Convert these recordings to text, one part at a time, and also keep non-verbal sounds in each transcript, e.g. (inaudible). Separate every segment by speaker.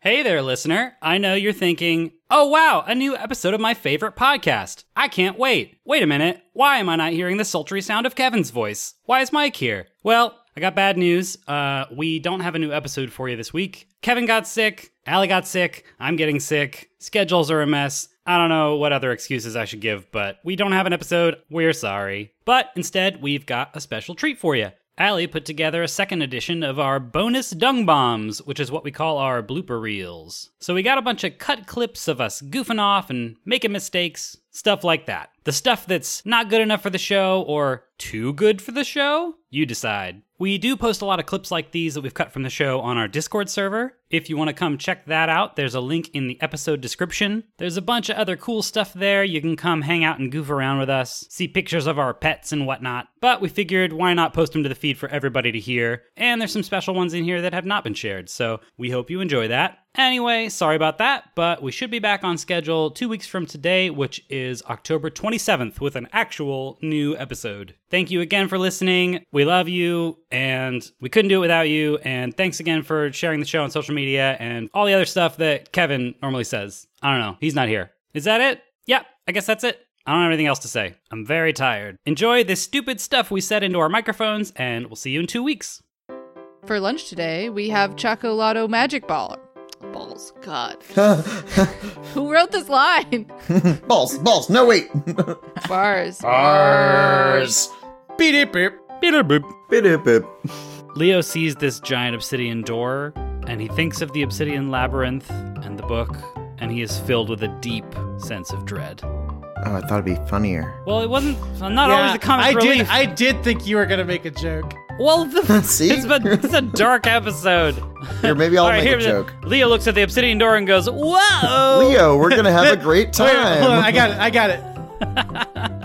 Speaker 1: Hey there, listener. I know you're thinking, oh wow, a new episode of my favorite podcast. I can't wait. Wait a minute. Why am I not hearing the sultry sound of Kevin's voice? Why is Mike here? Well, I got bad news. Uh, we don't have a new episode for you this week. Kevin got sick. Allie got sick. I'm getting sick. Schedules are a mess. I don't know what other excuses I should give, but we don't have an episode. We're sorry. But instead, we've got a special treat for you. Allie put together a second edition of our bonus dung bombs, which is what we call our blooper reels. So we got a bunch of cut clips of us goofing off and making mistakes, stuff like that. The stuff that's not good enough for the show or too good for the show, you decide. We do post a lot of clips like these that we've cut from the show on our Discord server. If you want to come check that out, there's a link in the episode description. There's a bunch of other cool stuff there. You can come hang out and goof around with us, see pictures of our pets and whatnot. But we figured why not post them to the feed for everybody to hear? And there's some special ones in here that have not been shared, so we hope you enjoy that. Anyway, sorry about that, but we should be back on schedule two weeks from today, which is October 27th, with an actual new episode. Thank you again for listening. We love you, and we couldn't do it without you. And thanks again for sharing the show on social media and all the other stuff that Kevin normally says. I don't know, he's not here. Is that it? Yeah, I guess that's it. I don't have anything else to say. I'm very tired. Enjoy this stupid stuff we said into our microphones, and we'll see you in two weeks.
Speaker 2: For lunch today, we have Chocolado Magic Ball. Balls. God. Who wrote this line?
Speaker 3: balls, balls. No (laughs) wait.
Speaker 2: Bars.
Speaker 1: Uh,
Speaker 4: Bars. Beep beep beep beep.
Speaker 3: Bidip-bip.
Speaker 1: Leo sees this giant obsidian door, and he thinks of the obsidian labyrinth and the book, and he is filled with a deep sense of dread.
Speaker 3: Oh, I thought it'd be funnier.
Speaker 1: Well, it wasn't not always the comic
Speaker 4: I
Speaker 1: relief.
Speaker 4: did. I did think you were gonna make a joke.
Speaker 1: well,
Speaker 3: (laughs)
Speaker 1: the,
Speaker 3: See,
Speaker 1: it's, a, it's a dark episode.
Speaker 3: Here, maybe I'll make a
Speaker 1: here's it.
Speaker 3: joke.
Speaker 1: Leo looks at the obsidian door and goes, "Whoa!" (laughs)
Speaker 3: Leo, we're gonna (laughs) have a great
Speaker 4: Wait, hold on,
Speaker 3: time.
Speaker 4: I got it. I got it.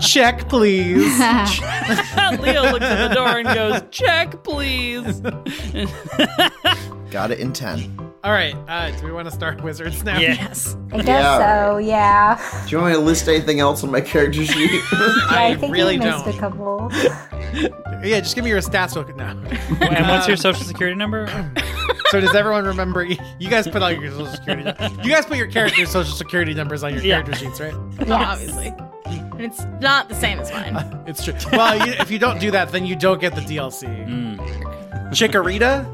Speaker 1: (laughs)
Speaker 4: Check, please.
Speaker 1: Leo looks at the door and
Speaker 3: (laughs)
Speaker 1: goes, "Check, please."
Speaker 3: Got it in ten.
Speaker 4: All right. Uh, do we want to start (laughs) wizards now?
Speaker 1: yes.
Speaker 5: I guess
Speaker 3: Yeah.
Speaker 5: so, yeah.
Speaker 6: (laughs)
Speaker 3: Do you want me to list anything else on my character (laughs) sheet?
Speaker 4: I,
Speaker 5: I think
Speaker 4: really
Speaker 5: you missed
Speaker 4: don't.
Speaker 5: a couple.
Speaker 4: Yeah, just give me your stats real quick now.
Speaker 1: And what's your social security
Speaker 3: (laughs)
Speaker 1: number?
Speaker 4: so does everyone remember? You guys put all your social security. You guys put your character's social security numbers on your
Speaker 1: Yeah.
Speaker 4: character sheets, right?
Speaker 7: obviously. And it's not the same
Speaker 4: (laughs)
Speaker 7: as mine.
Speaker 4: It's true. Well, you, if you don't do that, then you don't get the DLC. Chikorita,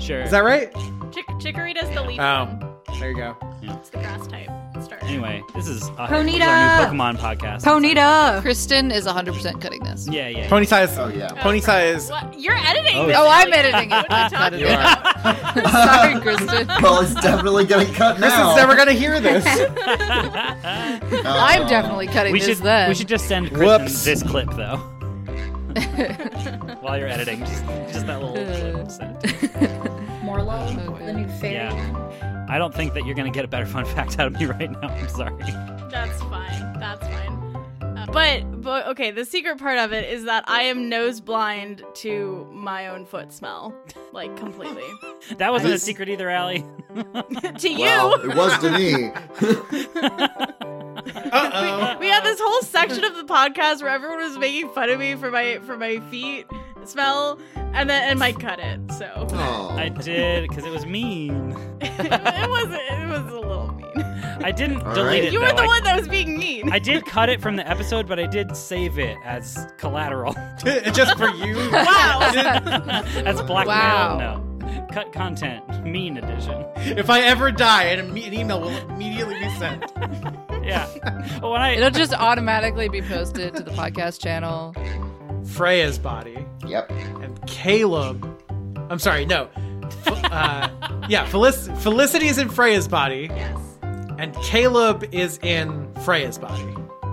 Speaker 1: Sure.
Speaker 4: is that right?
Speaker 7: Chick- Chikorita's the leaf.
Speaker 4: Oh, there you go.
Speaker 7: It's the grass type. Start.
Speaker 1: anyway, this is uh,
Speaker 5: Ponyta!
Speaker 1: this is our new Pokemon podcast.
Speaker 2: Ponyta.
Speaker 8: Kristen is 100% cutting this.
Speaker 1: Yeah, yeah.
Speaker 4: Pony size.
Speaker 3: Oh, yeah.
Speaker 4: Pony size.
Speaker 7: What? uh, You're editing
Speaker 1: Oh,
Speaker 7: this.
Speaker 1: yeah.
Speaker 2: Oh, I'm
Speaker 8: (laughs)
Speaker 7: Like,
Speaker 2: editing
Speaker 7: What
Speaker 2: it.
Speaker 7: are
Speaker 1: (laughs)
Speaker 7: you talking
Speaker 4: You
Speaker 7: about?
Speaker 4: are.
Speaker 2: Sorry, Kristen.
Speaker 3: (laughs) well, it's definitely getting cut
Speaker 4: Chris
Speaker 3: now.
Speaker 4: is never gonna hear this.
Speaker 1: (laughs)
Speaker 3: Uh,
Speaker 2: I'm definitely cutting
Speaker 1: we
Speaker 2: this
Speaker 1: should
Speaker 2: then.
Speaker 1: we should just send Kristen
Speaker 4: Whoops.
Speaker 1: this clip though. While you're editing, just, just that little clip. Send it to me.
Speaker 5: Morlo, the new fairy.
Speaker 1: Yeah. I don't think that you're gonna get a better fun fact out of me (laughs) right now. I'm sorry.
Speaker 7: That's fine. That's fine. Uh, but but okay, the secret part of it is that I am nose blind to my own foot smell, like completely.
Speaker 1: That wasn't a
Speaker 3: Nice.
Speaker 1: secret either, Allie.
Speaker 7: to you,
Speaker 3: well, it was to me.
Speaker 4: Uh
Speaker 7: we had this whole section of the podcast where everyone was making fun of me for my for my feet smell, and then and Mike cut it. So (laughs)
Speaker 3: Oh.
Speaker 1: I did because it was mean.
Speaker 7: it wasn't. It was a little mean.
Speaker 1: I didn't
Speaker 3: All
Speaker 1: delete
Speaker 3: right.
Speaker 1: it.
Speaker 7: (laughs) You were
Speaker 1: though.
Speaker 7: the
Speaker 1: I,
Speaker 7: one that was being mean.
Speaker 1: I did cut it from the episode, but I did save it as collateral. (laughs)
Speaker 4: oh. (laughs) Just for you.
Speaker 7: Wow.
Speaker 1: That's blackmail.
Speaker 2: Wow.
Speaker 1: No. Cut content, mean edition.
Speaker 4: If I ever die, an, imme- an email will immediately be sent.
Speaker 1: Yeah. Well, when I
Speaker 2: It'll just automatically be posted to the podcast channel.
Speaker 4: Freya's body
Speaker 3: Yep.
Speaker 4: and Caleb. I'm sorry. No. F-
Speaker 7: (laughs)
Speaker 4: uh, yeah, Felic- Felicity is in Freya's body,
Speaker 7: yes.
Speaker 4: and Caleb is in Freya's body.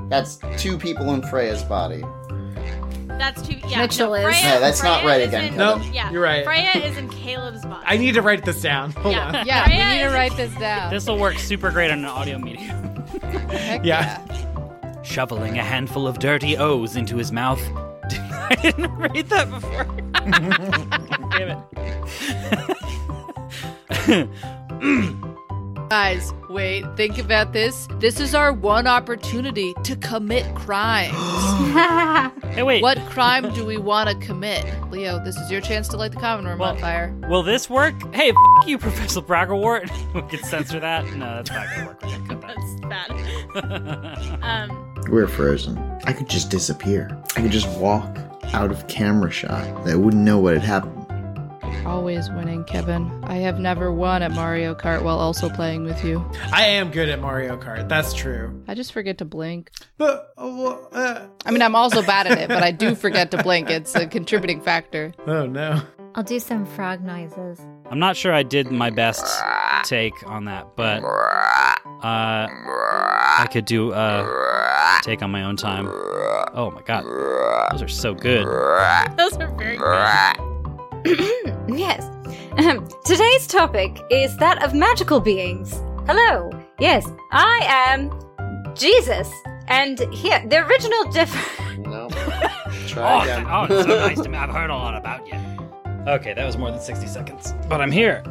Speaker 3: That's two people in Freya's body.
Speaker 7: That's too. Yeah,
Speaker 5: Mitchell is.
Speaker 3: No, that's not right
Speaker 7: is
Speaker 3: again,
Speaker 7: in-
Speaker 3: Kevin.
Speaker 4: Nope,
Speaker 7: yeah,
Speaker 4: you're right. (laughs)
Speaker 7: Freya is in Caleb's body.
Speaker 4: I need to write this down. Hold
Speaker 7: Yeah.
Speaker 4: on.
Speaker 2: Yeah,
Speaker 7: Freya
Speaker 2: we need to
Speaker 7: is-
Speaker 2: write this down.
Speaker 1: This will work super great on an audio medium.
Speaker 2: Heck
Speaker 4: Yeah.
Speaker 1: Shoveling a handful of dirty O's into his mouth. (laughs) I didn't read that (laughs) before. Damn it.
Speaker 2: Guys, wait,
Speaker 1: (gasps)
Speaker 2: think (gasps) about this. This is our one opportunity to commit crimes.
Speaker 1: Hey,
Speaker 8: (laughs)
Speaker 1: wait.
Speaker 8: What crime do we want to commit? Leo, this is your chance to light the common room on
Speaker 1: Well-
Speaker 8: fire.
Speaker 1: Will this work? Hey, f- you, Professor Braggerwart. (laughs) we can censor that. No, that's not gonna work. We gotta cut
Speaker 7: That's bad.
Speaker 4: (laughs)
Speaker 1: that.
Speaker 7: Um,
Speaker 3: We're frozen. I could just disappear. I could just walk out of camera shot. They wouldn't know what had happened.
Speaker 8: Always winning, Kevin. I have never won at Mario Kart while also playing with you.
Speaker 4: I am good at Mario Kart. That's true.
Speaker 8: I just forget to blink.
Speaker 4: But uh, well, uh,
Speaker 8: I mean, I'm also bad at it, but I do forget to blink. It's a contributing factor.
Speaker 4: oh no.
Speaker 6: (laughs) I'll do some frog noises. (clears throat)
Speaker 1: I'm not sure I did my best take on that, but uh, I could do a take on my own time. Oh my god, those are so good.
Speaker 7: those are very good.
Speaker 6: yes. Ahem. Today's topic is that of magical beings. Hello. Yes, I am Jesus. And here, the original diff. (laughs)
Speaker 3: No.
Speaker 1: Oh,
Speaker 3: Try again.
Speaker 1: oh, it's so nice to me. I've heard a lot about you. Okay, that was more than 60 seconds, but I'm here.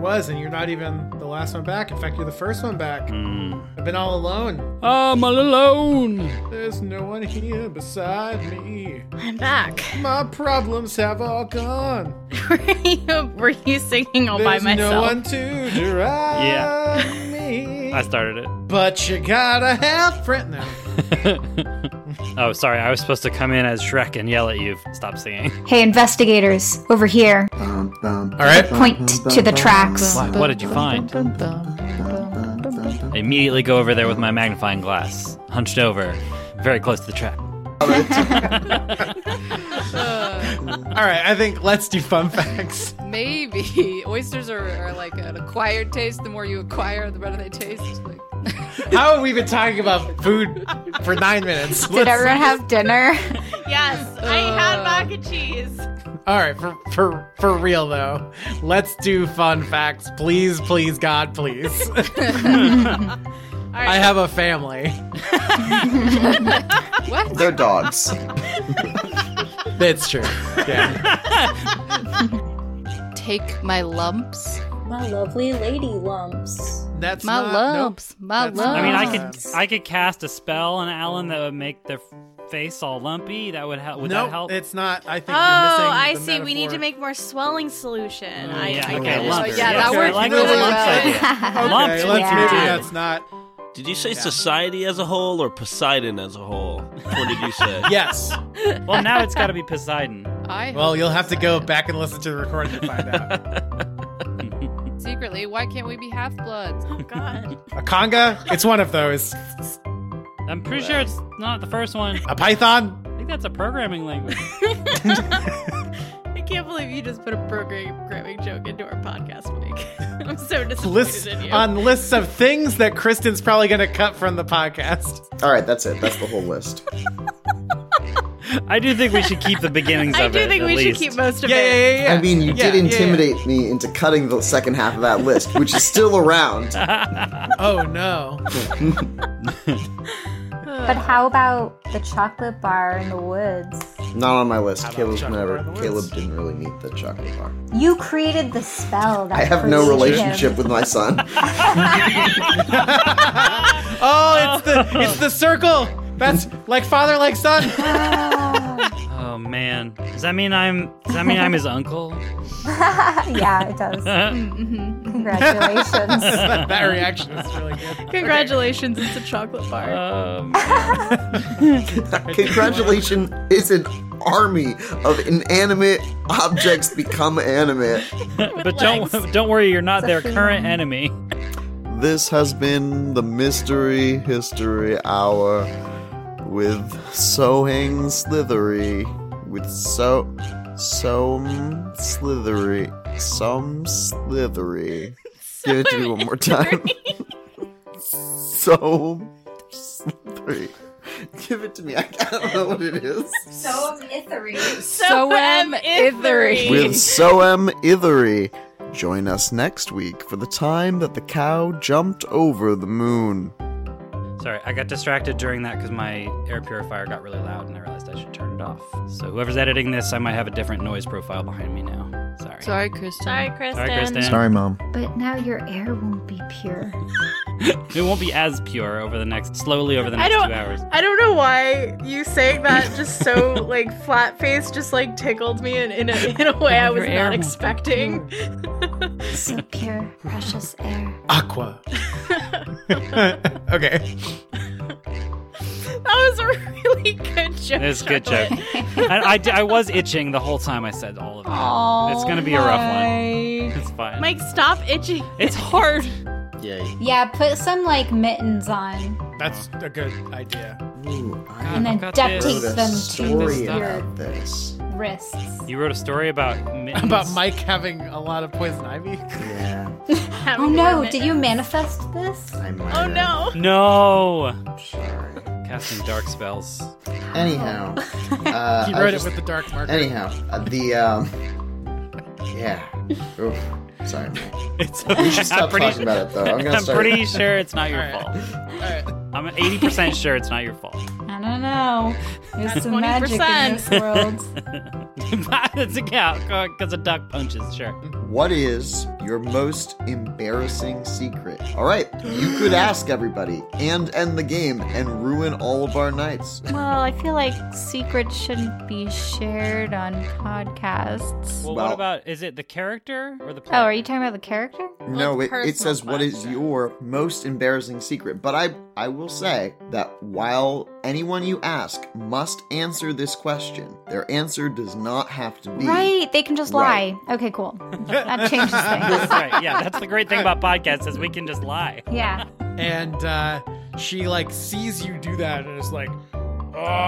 Speaker 4: was, and you're not even the last one back. In fact, you're the first one back.
Speaker 1: Mm.
Speaker 4: I've been all alone.
Speaker 1: I'm all alone.
Speaker 4: There's no one here beside me.
Speaker 7: (laughs) I'm back. (laughs)
Speaker 4: My problems have all gone.
Speaker 7: were, you, were you singing all by
Speaker 4: There's
Speaker 7: myself?
Speaker 4: no one (laughs) to drive
Speaker 1: Yeah.
Speaker 4: me.
Speaker 1: I started
Speaker 4: but you gotta have friend now.
Speaker 1: it. oh, sorry. I was supposed to come in as Shrek and yell at you. Stop singing.
Speaker 9: Hey, investigators, over here.
Speaker 3: Bum, bum,
Speaker 4: All right.
Speaker 9: Point to the tracks.
Speaker 1: Why, what did you find?
Speaker 3: bum, bum, bum.
Speaker 1: I immediately go over there with my magnifying glass, hunched over, very close to the trap.
Speaker 4: All right, I think let's do fun facts.
Speaker 8: (laughs)
Speaker 2: Maybe oysters are, are like an acquired taste. The more you acquire, the better they taste. It's Like,
Speaker 4: How have we been talking about food for nine minutes?
Speaker 9: Did everyone have dinner?
Speaker 7: Yes, I had mac and cheese.
Speaker 4: All right, for for for real though, let's do fun facts, please, please, God, please. (laughs)
Speaker 7: (laughs) All right.
Speaker 4: I have a family.
Speaker 3: They're dogs.
Speaker 4: That's true. Yeah.
Speaker 8: (laughs) Take my lumps.
Speaker 5: My lovely lady lumps.
Speaker 4: That's
Speaker 8: My
Speaker 4: not,
Speaker 8: lumps. My
Speaker 4: That's not-
Speaker 8: lumps.
Speaker 1: I mean, I
Speaker 4: Ah.
Speaker 1: could I could cast a spell on Alan that would make their face all lumpy. That would help.
Speaker 4: Nope.
Speaker 1: Would
Speaker 4: nope,
Speaker 1: that help?
Speaker 4: it's not. I
Speaker 7: Oh,
Speaker 4: think. you're missing
Speaker 7: I
Speaker 4: the
Speaker 7: see. We need
Speaker 4: metaphor.
Speaker 7: to
Speaker 4: Oh,
Speaker 7: make more swelling solution. I,
Speaker 1: yeah.
Speaker 7: I
Speaker 1: okay.
Speaker 7: get it. Oh,
Speaker 1: Lumps.
Speaker 2: Yeah, that
Speaker 1: Yes,
Speaker 2: worked
Speaker 1: I like
Speaker 4: really
Speaker 1: the lumps
Speaker 4: well.
Speaker 1: idea.
Speaker 4: (laughs) Okay,
Speaker 1: Lumps would
Speaker 4: let's
Speaker 1: be
Speaker 4: maybe
Speaker 1: good.
Speaker 4: that's not.
Speaker 10: Did you say society as a whole or Poseidon as a whole? What did
Speaker 4: (laughs)
Speaker 10: you say?
Speaker 4: Yes.
Speaker 1: Well, now it's got to be Poseidon.
Speaker 2: I
Speaker 4: Well, you'll have to go back and listen to the recording to
Speaker 1: (laughs)
Speaker 4: find out.
Speaker 8: Secretly, why can't we be half bloods?
Speaker 7: Oh God.
Speaker 4: A conga? It's one of those.
Speaker 1: I'm pretty sure it's not the first one.
Speaker 4: A python?
Speaker 1: I think that's a programming language.
Speaker 7: I can't believe you just put a programming joke into our podcast, Mike. (laughs) I'm so disappointed
Speaker 4: List
Speaker 7: in you.
Speaker 4: on lists of things that Kristen's probably gonna cut from the podcast.
Speaker 3: All right, that's it. That's the whole list.
Speaker 1: (laughs) I do think we should keep the beginnings
Speaker 7: (laughs) I
Speaker 1: of it.
Speaker 7: do think
Speaker 1: at
Speaker 7: we
Speaker 1: least.
Speaker 7: should keep most of
Speaker 4: Yeah,
Speaker 7: it.
Speaker 4: yeah, yeah. yeah.
Speaker 3: I mean, you
Speaker 4: Yeah,
Speaker 3: did
Speaker 4: yeah, yeah.
Speaker 3: intimidate me into cutting the second half of that list, which is still around.
Speaker 4: Oh no.
Speaker 6: But how about the chocolate bar in the woods?
Speaker 3: Not on my list.
Speaker 4: How about
Speaker 3: Caleb's
Speaker 4: chocolate
Speaker 3: never.
Speaker 4: bar in the woods?
Speaker 3: Caleb didn't really need the chocolate bar.
Speaker 6: You created the spell that
Speaker 3: I have no
Speaker 6: created
Speaker 3: relationship
Speaker 6: him.
Speaker 3: with my son. (laughs)
Speaker 4: Oh,
Speaker 1: (laughs)
Speaker 4: it's the it's the circle. That's like father, like son. (laughs)
Speaker 1: Oh man, does that mean I'm? Does that mean I'm his (laughs) uncle?
Speaker 6: (laughs) yeah, it (laughs) does. Mm-hmm. Congratulations.
Speaker 4: that reaction is really good.
Speaker 7: Congratulations, it's a chocolate bar.
Speaker 1: Um,
Speaker 3: Congratulations is an army of inanimate objects become animate.
Speaker 1: but (laughs) don't don't worry, you're not their current enemy. (laughs)
Speaker 3: This has been the Mystery History Hour with Sohang Slithery. With so. Some slithery. Some slithery. Give it to me one more time. (laughs) so slithery. Give it to me. I don't know what it is.
Speaker 6: so ithery.
Speaker 7: So
Speaker 9: um,
Speaker 7: um, am Ithery.
Speaker 3: with Soem Ithery. Join us next week for the time that the cow jumped over the moon.
Speaker 1: Sorry, I got distracted during that because my air purifier got really loud, and I realized I should turn it off. So whoever's editing this, I might have a different noise profile behind me now. Sorry.
Speaker 7: Sorry.
Speaker 8: Sorry, Kristen.
Speaker 7: Sorry, Kristen.
Speaker 3: Sorry, Mom.
Speaker 9: But now your air won't be pure.
Speaker 1: It won't be as pure over the next, slowly over the
Speaker 7: I
Speaker 1: next
Speaker 7: don't-
Speaker 1: two hours.
Speaker 7: I don't know why you saying that just so (laughs) like flat faced just like tickled me in, in, a, in a way I was
Speaker 1: air
Speaker 7: not
Speaker 1: won't be
Speaker 7: expecting.
Speaker 9: (laughs) So pure, precious air.
Speaker 1: (laughs)
Speaker 4: Aqua. (laughs) okay.
Speaker 7: That was a (laughs) really good joke.
Speaker 1: It's a good joke.
Speaker 7: (laughs) Charlotte.
Speaker 1: and I, d- I was itching the whole time I said all of that. it's going to be a rough one. It's fine.
Speaker 7: Mike, stop itching.
Speaker 1: (laughs) it's hard.
Speaker 10: Yay.
Speaker 9: Yeah, put some like mittens on
Speaker 4: That's a good idea.
Speaker 3: Ooh, I
Speaker 9: and then
Speaker 1: I've got
Speaker 9: duct
Speaker 1: this.
Speaker 9: tape
Speaker 3: wrote a
Speaker 9: them to
Speaker 3: story
Speaker 9: your
Speaker 3: about this.
Speaker 9: wrists.
Speaker 1: You wrote a story about mittens.
Speaker 4: About
Speaker 1: (laughs)
Speaker 4: Mike having a lot of poison ivy. (laughs)
Speaker 3: Yeah,
Speaker 9: Oh no, did you manifest this?
Speaker 3: I might.
Speaker 7: Oh
Speaker 3: have.
Speaker 7: no.
Speaker 1: No,
Speaker 3: Sorry.
Speaker 1: casting dark spells.
Speaker 3: Anyhow, uh,
Speaker 4: He
Speaker 3: I
Speaker 4: wrote
Speaker 3: just-
Speaker 4: it with the dark marker.
Speaker 3: Anyhow, uh, the um, yeah. Oof. Sorry, man.
Speaker 1: (laughs) It's
Speaker 3: We should stop talking about it though. I'm gonna
Speaker 1: I'm
Speaker 3: start.
Speaker 1: pretty sure it's not your
Speaker 4: All right.
Speaker 1: fault.
Speaker 4: Alright.
Speaker 1: I'm 80% sure it's not your (laughs) fault.
Speaker 9: I don't know. There's some magic in
Speaker 7: 20%.
Speaker 9: this world.
Speaker 1: That's a cow because a duck punches. Sure.
Speaker 3: What is your most embarrassing secret? All right, you
Speaker 7: (gasps)
Speaker 3: could ask everybody and end the game and ruin all of our nights.
Speaker 9: Well, I feel like secrets shouldn't be shared on podcasts.
Speaker 1: Well, what
Speaker 3: Well-
Speaker 1: about is it the character or the?
Speaker 9: Oh,
Speaker 1: player?
Speaker 9: are you talking about the character?
Speaker 3: No, it,
Speaker 7: it's
Speaker 3: it says
Speaker 7: personal
Speaker 3: what is
Speaker 7: question.
Speaker 3: your most embarrassing secret. But I I will say that while anyone you ask must answer this question, their answer does not have to be
Speaker 9: Right, they can just
Speaker 3: Right.
Speaker 9: lie. Okay, cool.
Speaker 4: (laughs)
Speaker 9: That changes things. (laughs)
Speaker 1: That's right. Yeah, that's the great thing about podcasts is we can just lie.
Speaker 9: Yeah.
Speaker 4: And uh, she like sees you do that and is like,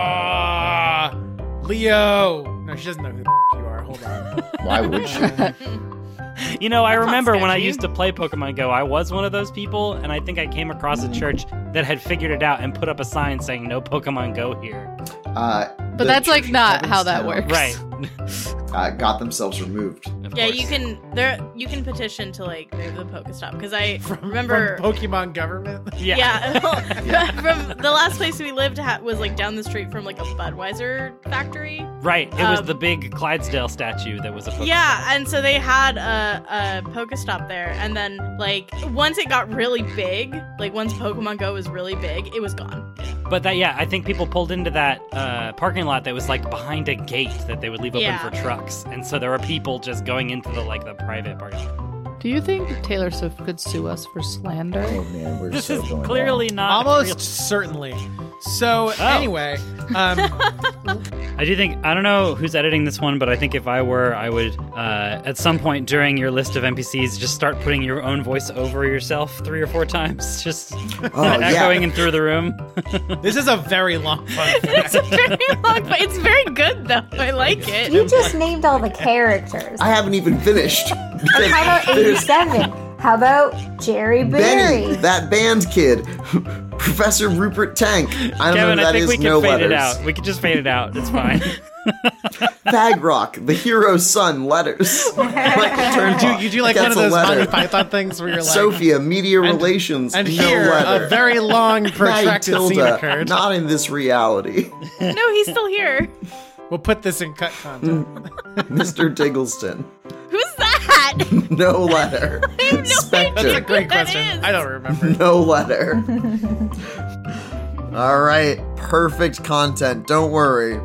Speaker 4: ah, Leo. No, she doesn't know who the (laughs) f- you are. Hold on.
Speaker 3: (laughs) Why would you?
Speaker 1: You know, I
Speaker 7: That's not
Speaker 1: remember when I
Speaker 7: sketchy.
Speaker 1: used to play Pokemon Go, I was one of those people, and I think I came across a church that had figured it out and put up a sign saying "No Pokemon Go here."
Speaker 3: Uh,
Speaker 2: But that's like not how that
Speaker 3: works.
Speaker 2: works.
Speaker 1: Right.
Speaker 3: uh, got themselves removed.
Speaker 1: Of
Speaker 7: Yeah,
Speaker 1: course.
Speaker 7: you can there you can petition to like move the Pokestop
Speaker 1: (laughs)
Speaker 7: because I
Speaker 4: (laughs)
Speaker 7: remember
Speaker 4: From Pokemon government.
Speaker 1: Yeah.
Speaker 7: yeah, from the last place we lived ha- was like down the street from like a Budweiser factory.
Speaker 1: Right. It was
Speaker 7: Um,
Speaker 1: the big Clydesdale statue that was a Pokemon.
Speaker 7: Yeah, and so they had a, a Pokestop there, and then like once it got really big, like once Pokemon Go was really big, it was gone. (laughs)
Speaker 1: But that, yeah, I think people pulled into that uh, parking lot that was like behind a gate that they would leave open
Speaker 7: Yeah.
Speaker 1: for trucks, and so there were people just going into the like the private parking lot.
Speaker 8: Do you think Taylor Swift could sue us for slander?
Speaker 3: man, we're
Speaker 1: This is clearly not
Speaker 4: Almost
Speaker 1: real.
Speaker 4: certainly. So
Speaker 1: Oh.
Speaker 4: anyway, um,
Speaker 1: I do think I don't know who's editing this one, but I think if I were, I would uh, at some point during your list of NPCs just start putting your own voice over yourself three or four times, (laughs) just
Speaker 3: Oh, yeah.
Speaker 1: echoing in through the room.
Speaker 4: this is a very long fun.
Speaker 7: It's a very long, but it's very good though. I like it.
Speaker 9: You just named all the
Speaker 3: (laughs)
Speaker 9: characters.
Speaker 3: I haven't even finished.
Speaker 9: Like,
Speaker 3: (laughs)
Speaker 9: How about 87? How about Jerry
Speaker 3: Benny,
Speaker 9: Berry?
Speaker 3: that band kid, (laughs) Professor Rupert Tank. I don't
Speaker 1: Kevin,
Speaker 3: know who
Speaker 1: I
Speaker 3: that
Speaker 1: think
Speaker 3: is.
Speaker 1: we can
Speaker 3: no
Speaker 1: fade
Speaker 3: letters.
Speaker 1: it out. We could just fade it out. It's
Speaker 3: (laughs)
Speaker 1: fine.
Speaker 3: Bag Rock, the hero's son. Letters. (laughs) like, turn
Speaker 4: You do, you do like one of
Speaker 3: That's a
Speaker 4: those Monty
Speaker 3: letter.
Speaker 4: Python things where you're like,
Speaker 3: Sophia, media relations.
Speaker 4: and
Speaker 3: no
Speaker 4: here
Speaker 3: letter.
Speaker 4: a very
Speaker 3: (laughs)
Speaker 4: long
Speaker 3: Hey,
Speaker 4: protracted scene
Speaker 3: Tilda,
Speaker 4: occurred.
Speaker 3: Not in this reality, (laughs)
Speaker 7: No, he's still (laughs) here.
Speaker 4: We'll put this in cut content.
Speaker 3: Mr. Diggleston.
Speaker 7: Who's that?
Speaker 4: (laughs)
Speaker 3: No letter. Spectre.
Speaker 4: That's a great
Speaker 7: That
Speaker 4: question.
Speaker 7: is-
Speaker 4: I don't remember.
Speaker 3: no (laughs) letter. All right, perfect content. Don't worry.